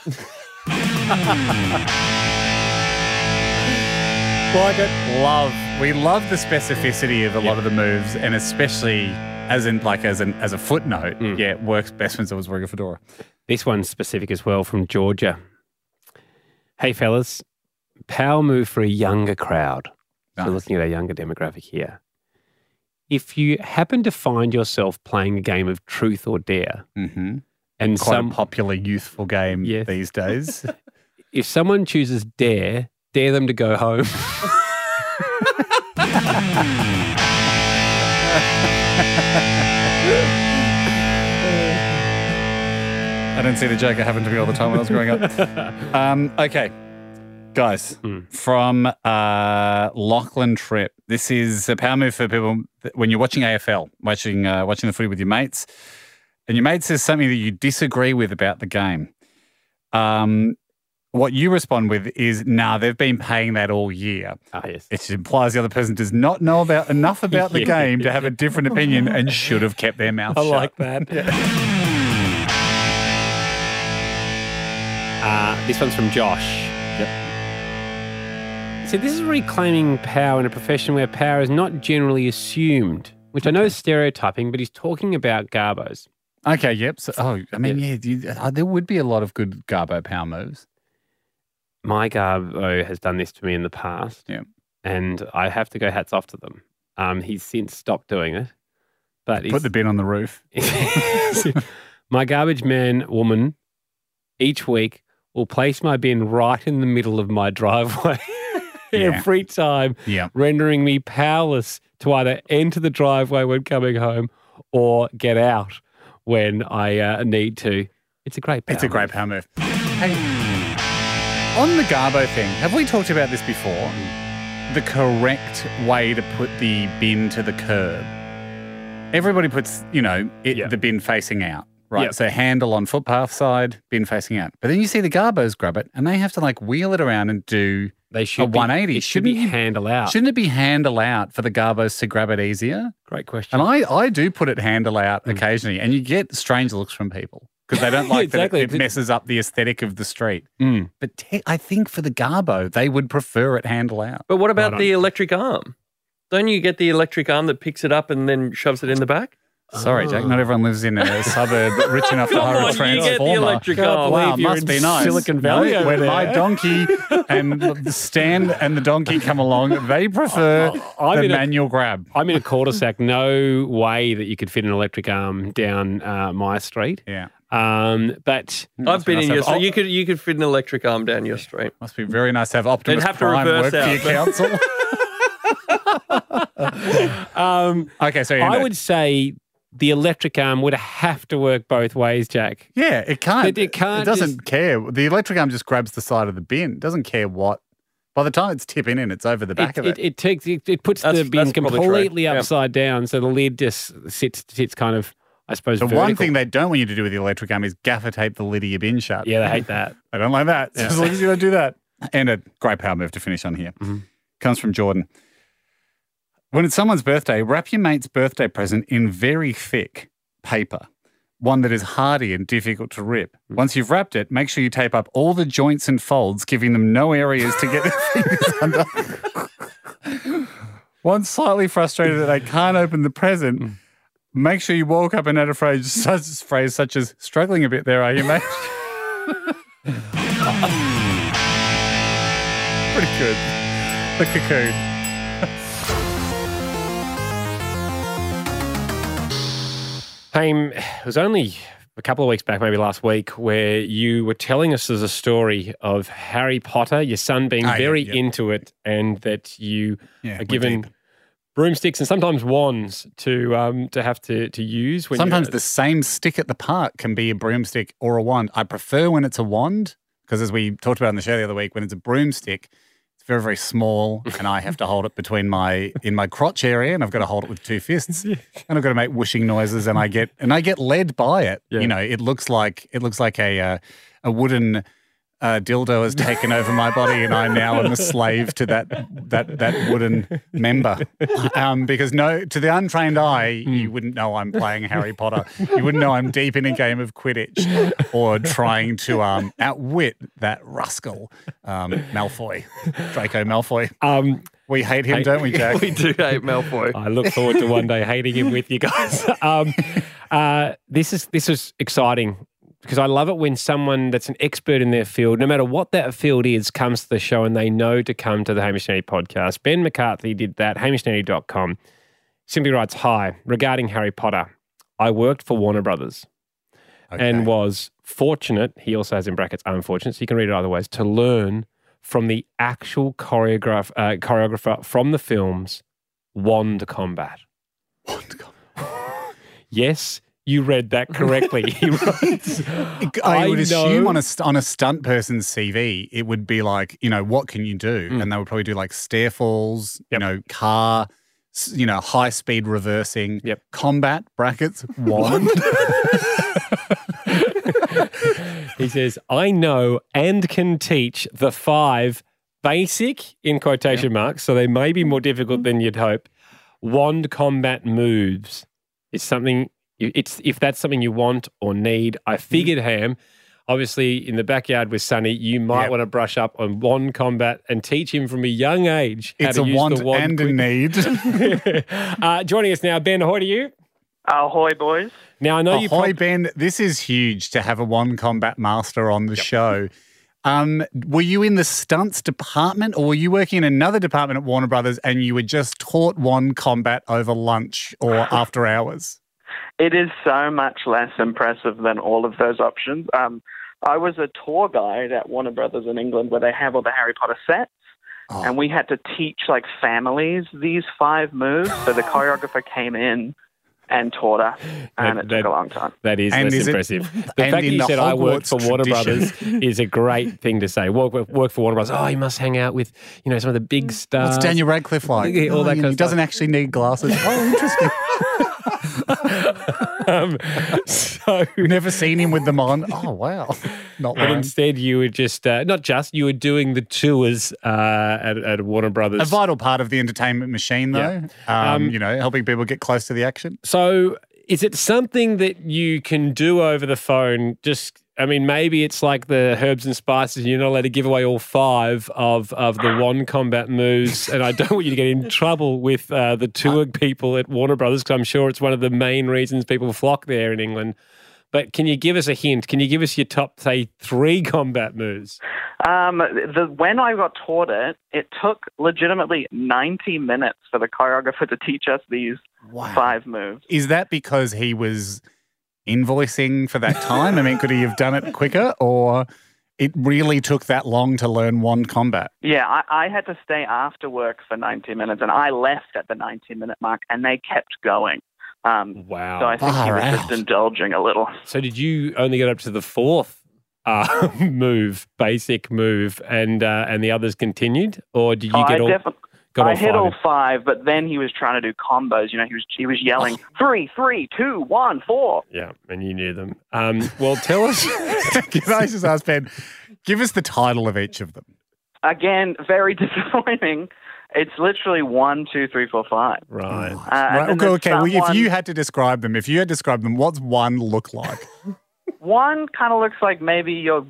Speaker 4: like it. Love. We love the specificity of a lot of the moves, and especially as in like as an as a footnote.
Speaker 3: Mm.
Speaker 4: Yeah, it works best when someone's wearing a fedora.
Speaker 3: This one's specific as well from Georgia. Hey, fellas, power move for a younger crowd. So,
Speaker 4: Nice.
Speaker 3: looking at our younger demographic here. If you happen to find yourself playing a game of truth or dare,
Speaker 4: Mm-hmm.
Speaker 3: and
Speaker 4: Quite
Speaker 3: some,
Speaker 4: a popular youthful game
Speaker 3: Yes.
Speaker 4: these days.
Speaker 3: if someone chooses dare, dare them to go home.
Speaker 4: I don't see the joke. It happened to me all the time when I was growing up. Um, okay, guys,
Speaker 3: Hmm.
Speaker 4: from uh, Lachlan Tripp. This is a power move for people that- when you're watching AFL, watching uh, watching the footy with your mates, and your mate says something that you disagree with about the game. Um, what you respond with is, "Nah, they've been paying that all year."
Speaker 3: ah, yes.
Speaker 4: It implies the other person does not know about enough about the
Speaker 3: Yeah.
Speaker 4: game to have a different opinion and should have kept their mouth
Speaker 3: I
Speaker 4: shut.
Speaker 3: like that. Uh, this one's from Josh. So this is reclaiming power in a profession where power is not generally assumed, which I know is stereotyping, but he's talking about garbos.
Speaker 4: Okay, yep. So, oh, I mean, yeah, you, uh, there would be a lot of good Garbo power moves.
Speaker 3: My garbo has done this to me in the past,
Speaker 4: Yeah.
Speaker 3: and I have to go hats off to them. Um, he's since stopped doing it, but
Speaker 4: Put the bin on the roof.
Speaker 3: he's- my garbage man woman each week will place my bin right in the middle of my driveway
Speaker 4: Yeah.
Speaker 3: every time
Speaker 4: Yeah.
Speaker 3: rendering me powerless to either enter the driveway when coming home or get out when I uh, need to. It's a great power.
Speaker 4: It's a
Speaker 3: move.
Speaker 4: great power move. Hey, on the Garbo thing, have we talked about this before?
Speaker 3: Mm.
Speaker 4: The correct way to put the bin to the curb. Everybody puts, you know, it,
Speaker 3: Yeah.
Speaker 4: the bin facing out, right?
Speaker 3: Yeah.
Speaker 4: So handle on footpath side, bin facing out. But then you see the Garbos grab it and they have to like wheel it around and do.
Speaker 3: They should
Speaker 4: A 180,
Speaker 3: Be, it should be
Speaker 4: shouldn't you-
Speaker 3: handle
Speaker 5: Ah.
Speaker 3: out.
Speaker 4: Shouldn't it be handle out for the Garbos to grab it easier?
Speaker 3: Great question.
Speaker 4: And I, I do put it handle out
Speaker 5: Hmm.
Speaker 4: occasionally, and you get strange looks from people because they don't like
Speaker 3: Exactly.
Speaker 4: that it- it, messes up the aesthetic of the street.
Speaker 5: Hmm.
Speaker 3: Mm.
Speaker 4: But te- I think for the Garbo, they would prefer it handle out.
Speaker 5: But what
Speaker 3: Right
Speaker 5: about
Speaker 3: on.
Speaker 5: the electric arm? Don't you get the electric arm that picks it up and then shoves it in the back?
Speaker 4: Sorry, Jack. Not everyone lives in a suburb rich enough to
Speaker 5: Ah. Come
Speaker 4: hire
Speaker 5: on,
Speaker 4: a
Speaker 5: you get the
Speaker 4: transformer.
Speaker 5: electric car.
Speaker 4: Wow,
Speaker 5: Can't believe you're
Speaker 4: must
Speaker 5: in
Speaker 4: be nice.
Speaker 5: Silicon Valley
Speaker 4: No,
Speaker 5: over
Speaker 4: when my
Speaker 5: there.
Speaker 4: donkey and the stand and the donkey come along, they prefer
Speaker 3: I'm
Speaker 4: the
Speaker 3: in a-
Speaker 4: manual grab.
Speaker 3: I'm in a cul-de-sac. No way that you could fit an electric arm down uh, my street.
Speaker 4: Yeah.
Speaker 3: Um, but
Speaker 5: I've been in your street.
Speaker 3: Oh,
Speaker 5: You could you could fit an electric arm down your street.
Speaker 4: Must be very nice to have Optimus
Speaker 5: They'd have to
Speaker 4: Prime
Speaker 5: reverse
Speaker 4: work
Speaker 5: out,
Speaker 4: for
Speaker 5: but-
Speaker 4: your council.
Speaker 3: um,
Speaker 4: okay, so
Speaker 3: I would say the electric arm would have to work both ways, Jack.
Speaker 4: Yeah, it can't.
Speaker 3: It- it can't
Speaker 4: It doesn't care. The electric arm just grabs the side of the bin. It doesn't care what. By the time it's tipping in, it's over the
Speaker 3: It,
Speaker 4: back of
Speaker 3: it, it takes it, it puts
Speaker 5: That's-
Speaker 3: the bin
Speaker 5: that's probably true.
Speaker 3: completely
Speaker 5: Yeah.
Speaker 3: upside down, so the lid just sits sits kind of, I suppose.
Speaker 4: The one
Speaker 3: vertical.
Speaker 4: thing they don't want you to do with the electric arm is gaffer tape the lid of your bin shut.
Speaker 3: yeah, they hate that.
Speaker 4: I don't like that.
Speaker 3: Yeah.
Speaker 4: As long as you don't do that. Mm-hmm. And a great power move to finish on here comes from Jordan. When it's someone's birthday, wrap your mate's birthday present in very thick paper, one that is hardy and difficult to rip. Once you've wrapped it, make sure you tape up all the joints and folds, giving them no areas to get their fingers under. Once slightly frustrated that they can't open the present, make sure you walk up and add a phrase such, phrase such as struggling a bit there, are you, mate? Pretty good. The cocoon.
Speaker 3: Haim, it was only a couple of weeks back, maybe last week, where you were telling us there's a story of Harry Potter, your son being
Speaker 4: Ah, yeah,
Speaker 3: very
Speaker 4: yeah.
Speaker 3: into it, and that you
Speaker 4: Yeah,
Speaker 3: are
Speaker 4: we're
Speaker 3: given broomsticks and sometimes wands to um, to have to, to use when
Speaker 4: Sometimes
Speaker 3: you,
Speaker 4: the same stick at the park can be a broomstick or a wand. I prefer when it's a wand because, as we talked about in the show the other week, when it's a broomstick, it's very very small, and I have to hold it between my in my crotch area, and I've got to hold it with two fists, and I've got to make whooshing noises, and I get and I get led by it. You know, it looks like it looks like a uh, a wooden. Uh, dildo has taken over my body, and I now am a slave to that that that wooden member. Um, because no, to the untrained eye,
Speaker 3: Hmm.
Speaker 4: you wouldn't know I'm playing Harry Potter. You wouldn't know I'm deep in a game of Quidditch or trying to um, outwit that rascal um, Malfoy, Draco Malfoy.
Speaker 3: Um,
Speaker 4: We hate him, don't we, Jack?
Speaker 5: We do hate Malfoy.
Speaker 3: I look forward to one day hating him with you guys. Um, uh, this is this is exciting because I love it when someone that's an expert in their field, no matter what that field is, comes to the show and they know to come to the Hamish Nanny podcast. Ben McCarthy did that, hamishnanny.com. Simply writes, Hi, regarding Harry Potter, I worked for Warner Brothers and was fortunate, he also has in brackets unfortunate, so you can read it either ways, to learn from the actual choreograph, uh, choreographer from the films Wand Combat.
Speaker 4: Wand Combat.
Speaker 3: yes, you read that correctly. he writes,
Speaker 4: I would assume
Speaker 3: know-
Speaker 4: on a, st- on a stunt person's CV, it would be like, you know, what can you do?
Speaker 3: Hmm.
Speaker 4: And they would probably do like stair falls, you know, car, s- you know, high speed reversing,
Speaker 3: Yep.
Speaker 4: combat brackets, wand.
Speaker 3: He says, I know and can teach the five basic, in quotation marks, so they may be more difficult than you'd hope, wand combat moves. It's something, it's if that's something you want or need.
Speaker 4: Mm-hmm.
Speaker 3: I figured, Ham, obviously in the backyard with Sonny, you might
Speaker 4: Yep.
Speaker 3: want to brush up on wand combat and teach him from a young age how
Speaker 4: it's
Speaker 3: to
Speaker 4: a
Speaker 3: use
Speaker 4: wand,
Speaker 3: the wand.
Speaker 4: and a
Speaker 3: quickly.
Speaker 4: need.
Speaker 3: uh, joining us now, Ben, how do you?
Speaker 12: Ahoy, boys.
Speaker 3: Now, I know you
Speaker 4: Ahoy,
Speaker 3: probably.
Speaker 4: Ben. This is huge to have a one combat master on the show. Um, were you in the stunts department or were you working in another department at Warner Brothers and you were just taught one combat over lunch or after hours?
Speaker 12: It is so much less impressive than all of those options. Um, I was a tour guide at Warner Brothers in England where they have all the Harry Potter sets. And we had to teach like families these five moves. So the choreographer came in and taught us, and it took a long time.
Speaker 3: That is
Speaker 4: And
Speaker 3: that's
Speaker 4: is it-
Speaker 3: impressive. the fact
Speaker 4: and
Speaker 3: that
Speaker 4: in
Speaker 3: you
Speaker 4: the
Speaker 3: said I worked for
Speaker 4: Hogwarts
Speaker 3: Warner
Speaker 4: tradition.
Speaker 3: Brothers is a great thing to say. Work, work for Warner Brothers. Oh, you must hang out with you know some of the big stars.
Speaker 4: What's Daniel Radcliffe like?
Speaker 3: Uh, Yeah, all
Speaker 4: Oh,
Speaker 3: that
Speaker 4: you
Speaker 3: kind
Speaker 4: know,
Speaker 3: of
Speaker 4: he doesn't
Speaker 3: stuff.
Speaker 4: actually need glasses. Oh, interesting.
Speaker 3: Um, so,
Speaker 4: Never seen him with them on. Oh, wow. Not
Speaker 3: but
Speaker 4: wearing.
Speaker 3: instead, you were just uh, not just you were doing the tours uh, at, at Warner Brothers.
Speaker 4: A vital part of the entertainment machine, though. Um,
Speaker 3: Um,
Speaker 4: you know, helping people get close to the action.
Speaker 3: So, is it something that you can do over the phone? Just I mean, maybe it's like the herbs and spices. and You're not allowed to give away all five of, of the one combat moves, and I don't want you to get in trouble with uh, the tour people at Warner Brothers because I'm sure it's one of the main reasons people flock there in England. But can you give us a hint? Can you give us your top, say, three combat moves?
Speaker 12: Um, the, when I got taught it, it took legitimately 90 minutes for the choreographer to teach us these five moves.
Speaker 4: Is that because he was invoicing for that time? I mean, could he have done it quicker or it really took that long to learn one combat?
Speaker 12: Yeah, I, I had to stay after work for 90 minutes, and I left at the 90 minute mark, and they kept going. Um,
Speaker 3: wow.
Speaker 12: So I think he
Speaker 3: Far
Speaker 12: was
Speaker 3: out.
Speaker 12: just indulging a little.
Speaker 3: So did you only get up to the fourth uh, move, basic move, and uh, and the others continued, or did you
Speaker 12: Oh,
Speaker 3: get
Speaker 12: I
Speaker 3: all?
Speaker 12: defi-
Speaker 3: got
Speaker 12: I
Speaker 3: all
Speaker 12: hit
Speaker 3: five
Speaker 12: all
Speaker 3: in?
Speaker 12: five, but then he was trying to do combos. You know, he was he was yelling three, three, two, one, four.
Speaker 3: Yeah, and you knew them. Um, well, tell us.
Speaker 4: Can I just ask Ben, give us the title of each of them.
Speaker 12: Again, very disappointing. It's literally one, two, three, four, five.
Speaker 3: Right.
Speaker 12: Uh, and
Speaker 4: right,
Speaker 12: then
Speaker 4: okay,
Speaker 12: there's
Speaker 4: okay. Well, if
Speaker 12: someone-
Speaker 4: you had to describe them, if you had described them, what's one look like?
Speaker 12: one kind of looks like maybe you're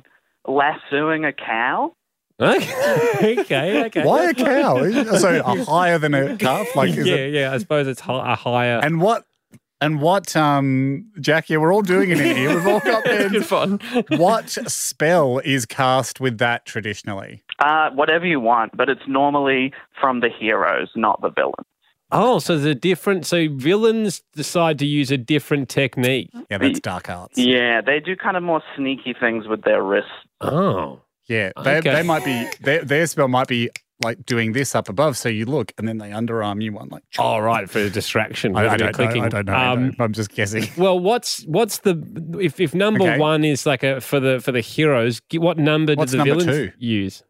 Speaker 12: lassoing a cow.
Speaker 3: okay, okay.
Speaker 4: Why a cow? So a higher than a calf? Like, is
Speaker 3: yeah,
Speaker 4: it?
Speaker 3: yeah. I suppose it's hi- a higher.
Speaker 4: And what? And what? Um, Jack, yeah, we're all doing it in here. We've all got pens.
Speaker 5: Good fun.
Speaker 4: what spell is cast with that traditionally?
Speaker 12: Uh, whatever you want, but it's normally from the heroes, not the villain.
Speaker 3: Oh, so the different. So villains decide to use a different technique.
Speaker 4: Yeah, that's dark arts.
Speaker 12: Yeah, they do kind of more sneaky things with their wrists.
Speaker 3: Oh,
Speaker 4: yeah. They,
Speaker 12: Okay.
Speaker 4: they might be their, their spell might be like doing this up above, so you look, and then they underarm you one like.
Speaker 3: Oh, right, for distraction.
Speaker 4: I, I
Speaker 3: wasn't it?
Speaker 4: don't know. I
Speaker 3: Clicking.
Speaker 4: don't know. I
Speaker 3: Um,
Speaker 4: don't- I'm just guessing.
Speaker 3: Well, what's what's the if if number
Speaker 4: Okay.
Speaker 3: one is like a for the for the heroes? g- What number do
Speaker 12: What's
Speaker 3: the
Speaker 12: number
Speaker 3: villains
Speaker 12: two?
Speaker 3: use?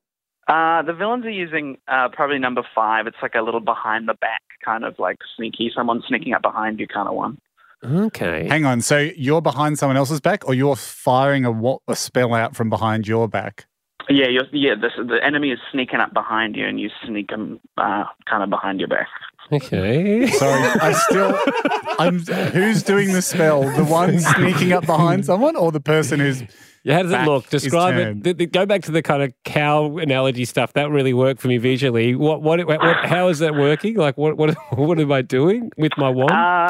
Speaker 12: Uh, the villains are using uh, probably number five. It's like a little behind the back kind of like sneaky, someone sneaking up behind you kind of one.
Speaker 3: Okay.
Speaker 4: Hang on. So you're behind someone else's back, or you're firing a, wa- a spell out from behind your back?
Speaker 12: Yeah, you're, yeah. The, the enemy is sneaking up behind you, and you sneak them uh, kind of behind your back.
Speaker 3: Okay.
Speaker 4: Sorry, I still. I'm. Who's doing the spell? The one sneaking up behind someone, or the person who's?
Speaker 3: Yeah, how does it
Speaker 4: back
Speaker 3: look?
Speaker 4: is
Speaker 3: Describe
Speaker 4: turned?
Speaker 3: it. Th- th- go back to the kind of cow analogy stuff that really worked for me visually. What what, what, how is that working? Like what what what am I doing with my wand?
Speaker 12: Uh,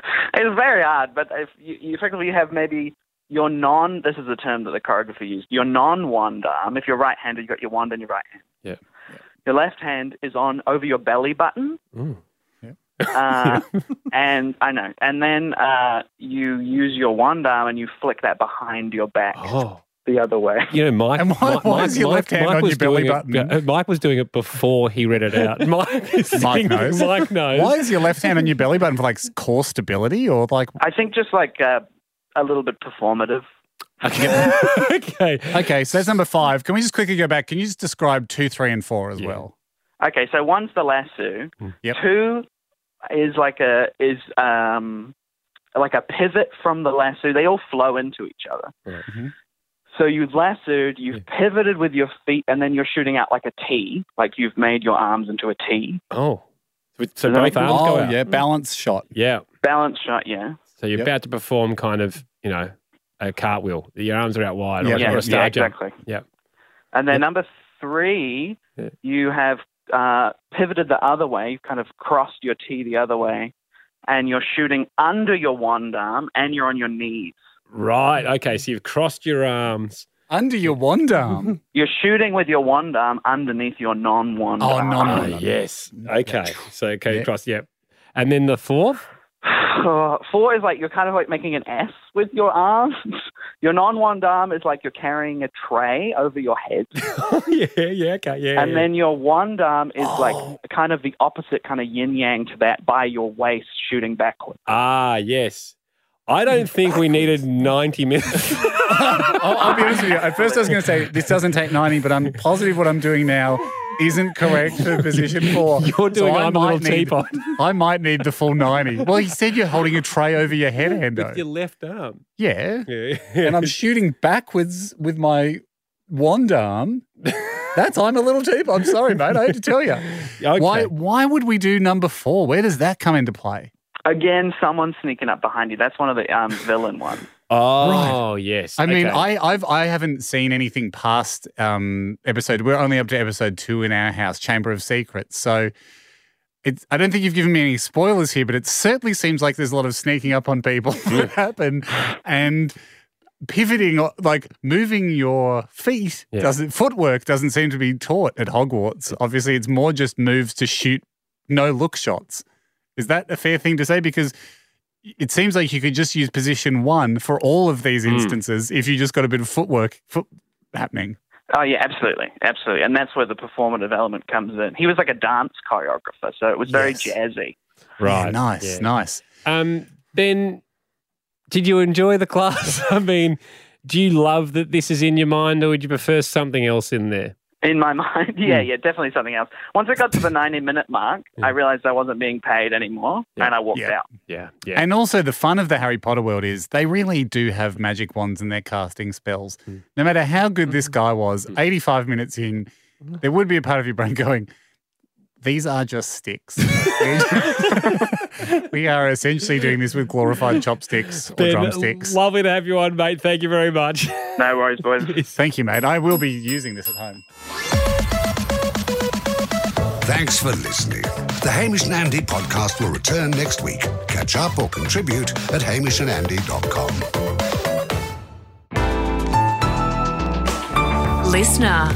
Speaker 12: it's very hard, but if you, you effectively have maybe your non, this is a term that the choreographer used, your non wand arm. If you're right handed, you've got your wand in your right hand.
Speaker 3: Yeah.
Speaker 12: Your left hand is on over your belly button. Uh, and I know. And then uh, you use your wand arm and you flick that behind your back
Speaker 3: Oh.
Speaker 12: the other way.
Speaker 3: You know, Mike.
Speaker 12: And why-
Speaker 3: Mike,
Speaker 12: why
Speaker 3: Mike-
Speaker 12: is your
Speaker 3: Mike-
Speaker 12: left hand
Speaker 3: Mike
Speaker 12: on
Speaker 3: was
Speaker 12: your belly
Speaker 3: doing it-
Speaker 12: button?
Speaker 3: uh, Mike was doing it before he read it out. Mike, is
Speaker 4: Mike
Speaker 3: thinking-
Speaker 4: knows.
Speaker 3: Mike knows.
Speaker 4: Why is your left hand on your belly button for like core stability, or like?
Speaker 12: I think just like uh, a little bit performative.
Speaker 3: okay.
Speaker 4: Okay. So that's number five. Can we just quickly go back? Can you just describe two, three, and four as well?
Speaker 12: Okay, so one's the lasso.
Speaker 4: Yep.
Speaker 12: Two is like a is um like a pivot from the lasso. They all flow into each other.
Speaker 4: Mm-hmm.
Speaker 12: So you've lassoed, you've pivoted with your feet, and then you're shooting out like a T, like you've made your arms into a T.
Speaker 3: Oh. So
Speaker 12: Does that make
Speaker 3: both arms go
Speaker 4: Oh,
Speaker 3: out.
Speaker 4: yeah. Balance shot.
Speaker 3: Yeah.
Speaker 12: Balance shot, yeah.
Speaker 3: So you're
Speaker 12: Yep.
Speaker 3: about to perform kind of, you know, a cartwheel. Your arms are out wide
Speaker 12: Yeah,
Speaker 3: or,
Speaker 12: yeah,
Speaker 3: or a star
Speaker 12: yeah,
Speaker 3: jump.
Speaker 12: exactly.
Speaker 3: Yeah.
Speaker 12: And then number three, you have uh, pivoted the other way, you've kind of crossed your T the other way, and you're shooting under your wand arm, and you're on your knees.
Speaker 3: Right. Okay. So you've crossed your arms.
Speaker 4: Under your wand arm.
Speaker 12: You're shooting with your wand arm underneath your non-wand
Speaker 3: Oh,
Speaker 12: arm.
Speaker 3: no. yes. Okay. So, okay, cross. Yep. And then the fourth?
Speaker 12: Uh, four is like you're kind of like making an S with your arms. Your non-wand arm is like you're carrying a tray over your head,
Speaker 4: Oh,
Speaker 3: yeah. Yeah. Okay. Yeah.
Speaker 12: and
Speaker 3: yeah. Oh.
Speaker 12: then your wand arm is like kind of the opposite kind of yin yang to that by your waist shooting backwards.
Speaker 3: Ah, yes. I don't think we needed 90 minutes.
Speaker 4: I'll, Oh, I'll be honest with you. At first, I was going to say this doesn't take ninety, but I'm positive what I'm doing now isn't correct for position four.
Speaker 3: You're doing
Speaker 4: I
Speaker 3: I'm a
Speaker 4: might
Speaker 3: little
Speaker 4: need-
Speaker 3: teapot.
Speaker 4: I might need the full ninety. Well, you said you're holding a tray over your head,
Speaker 3: With your
Speaker 4: Hendo.
Speaker 3: left arm.
Speaker 4: Yeah.
Speaker 3: Yeah.
Speaker 4: and I'm shooting backwards with my wand arm. That's I'm a little teapot. I'm sorry, mate. I had to tell you. Why? Why would we do number four? Where does that come into play?
Speaker 12: Again, someone sneaking up behind you. That's one of the um, villain ones.
Speaker 3: Oh, yes.
Speaker 4: I mean,
Speaker 3: Okay.
Speaker 4: I I've I haven't seen anything past um episode. We're only up to episode two in our house, Chamber of Secrets. So it's I don't think you've given me any spoilers here, but it certainly seems like there's a lot of sneaking up on people that happen and pivoting like moving your feet
Speaker 3: Yeah.
Speaker 4: doesn't footwork doesn't seem to be taught at Hogwarts. Obviously it's more just moves to shoot no look shots. Is that a fair thing to say? Because it seems like you could just use position one for all of these
Speaker 12: Mm.
Speaker 4: instances if you just got a bit of footwork foot happening.
Speaker 12: Oh yeah, absolutely, absolutely, and that's where the performative element comes in. He was like a dance choreographer, so it was very jazzy.
Speaker 3: Right.
Speaker 4: nice, nice.
Speaker 3: Um, Ben, did you enjoy the class? I mean, do you love that this is in your mind or would you prefer something else in there?
Speaker 12: In my mind, yeah, yeah, definitely something else. Once I got to the 90 minute mark, I realized I wasn't being paid anymore and I walked out.
Speaker 3: Yeah.
Speaker 4: And also the fun of the Harry Potter world is they really do have magic wands in their casting spells. No matter how good this guy was, 85 minutes in, there would be a part of your brain going, these are just sticks. we are essentially doing this with glorified chopsticks or
Speaker 3: Ben,
Speaker 4: drumsticks.
Speaker 3: Lovely to have you on, mate. Thank you very much.
Speaker 12: No worries, boys.
Speaker 4: Thank you, mate. I will be using this at home.
Speaker 2: Thanks for listening. The Hamish and Andy podcast will return next week. Catch up or contribute at hamishandandy.com.
Speaker 1: Listener.